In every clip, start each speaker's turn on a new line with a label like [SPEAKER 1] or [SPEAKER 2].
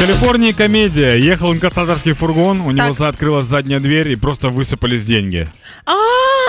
[SPEAKER 1] Калифорнии комедия. Ехал инкассаторский фургон, у него
[SPEAKER 2] Так.
[SPEAKER 1] за- открылась задняя дверь и просто высыпались деньги.
[SPEAKER 2] А,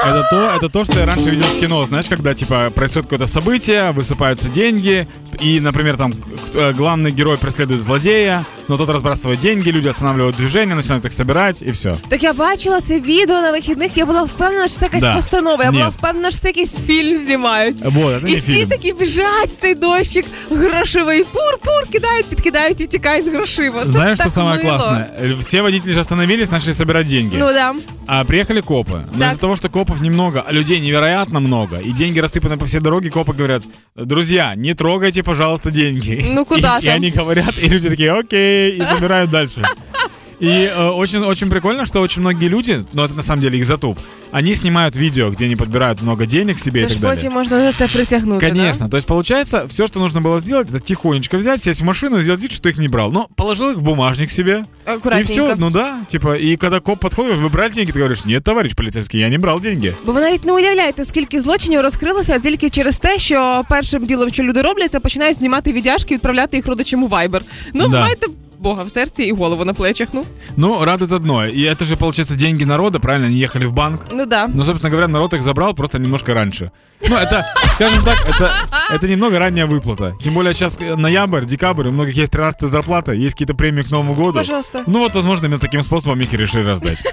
[SPEAKER 1] Это то, это то, что я раньше видел в кино, знаешь, когда типа происходит какое-то событие, высыпаются деньги, и, например, там к- э, главный герой преследует злодея, но тот разбрасывает деньги, люди останавливают движение, начинают их собирать і все.
[SPEAKER 2] Так я бачила це відео на вихідних, я була впевнена, що це якась
[SPEAKER 1] Да.
[SPEAKER 2] постанова. Я була
[SPEAKER 1] Ні.
[SPEAKER 2] впевнена, що це якийсь фільм знімають.
[SPEAKER 1] Вот, это
[SPEAKER 2] І
[SPEAKER 1] не
[SPEAKER 2] всі
[SPEAKER 1] фильм.
[SPEAKER 2] такі біжать в цей дощик, грошовий пур-пур кидають, підкидають і втікають з грошима. Це
[SPEAKER 1] Знаешь,
[SPEAKER 2] так
[SPEAKER 1] что самое
[SPEAKER 2] мило.
[SPEAKER 1] классное? Э, Все водители же остановились, начали собирать деньги.
[SPEAKER 2] Ну да.
[SPEAKER 1] А приехали копы. Но
[SPEAKER 2] Так.
[SPEAKER 1] из-за того, что копов немного, а людей невероятно много, и деньги рассыпаны по всей дороге, копы говорят, друзья, не трогайте, пожалуйста, деньги.
[SPEAKER 2] Ну, куда
[SPEAKER 1] и, и
[SPEAKER 2] там?
[SPEAKER 1] они говорят, и люди такие, окей, и забирают дальше. И э, очень, очень прикольно, что очень многие люди, ну это на самом деле их затуп, они снимают видео, где они подбирают много денег себе
[SPEAKER 2] Це
[SPEAKER 1] и так
[SPEAKER 2] ж
[SPEAKER 1] далее.
[SPEAKER 2] потім можна за це притягнути.
[SPEAKER 1] Конечно. То есть, получается, все, что нужно было сделать, это тихонечко взять, сесть в машину и сделать вид, что ты их не брал. Но положил их в бумажник себе.
[SPEAKER 2] Да?
[SPEAKER 1] И все,
[SPEAKER 2] Акуратненько.
[SPEAKER 1] ну да. Типа, и когда коп подходит, говорит, вы брали деньги, ты говоришь, нет, товарищ полицейский, я не брал деньги.
[SPEAKER 2] Бо ви навіть не уявляєте, скільки злочинів розкрилося тільки через те, що першим ділом, що люди роблять, це починають знімати віддяшки і відправляти їх родичам у Viber. Ну,
[SPEAKER 1] Да.
[SPEAKER 2] майте Бога в серці і голову на плечах. Ну
[SPEAKER 1] Ну, радует одно. И это же, получается, деньги народа, правильно, они ехали в банк.
[SPEAKER 2] ну да.
[SPEAKER 1] Ну, собственно говоря, народ их забрал просто немножко раньше. Ну, это, скажем так, это, это немного ранняя выплата. Тем более сейчас ноябрь, декабрь, у многих есть 13 зарплата, есть какие-то премии к Новому году.
[SPEAKER 2] Пожалуйста.
[SPEAKER 1] Ну вот, возможно, именно таким способом их и решили раздать.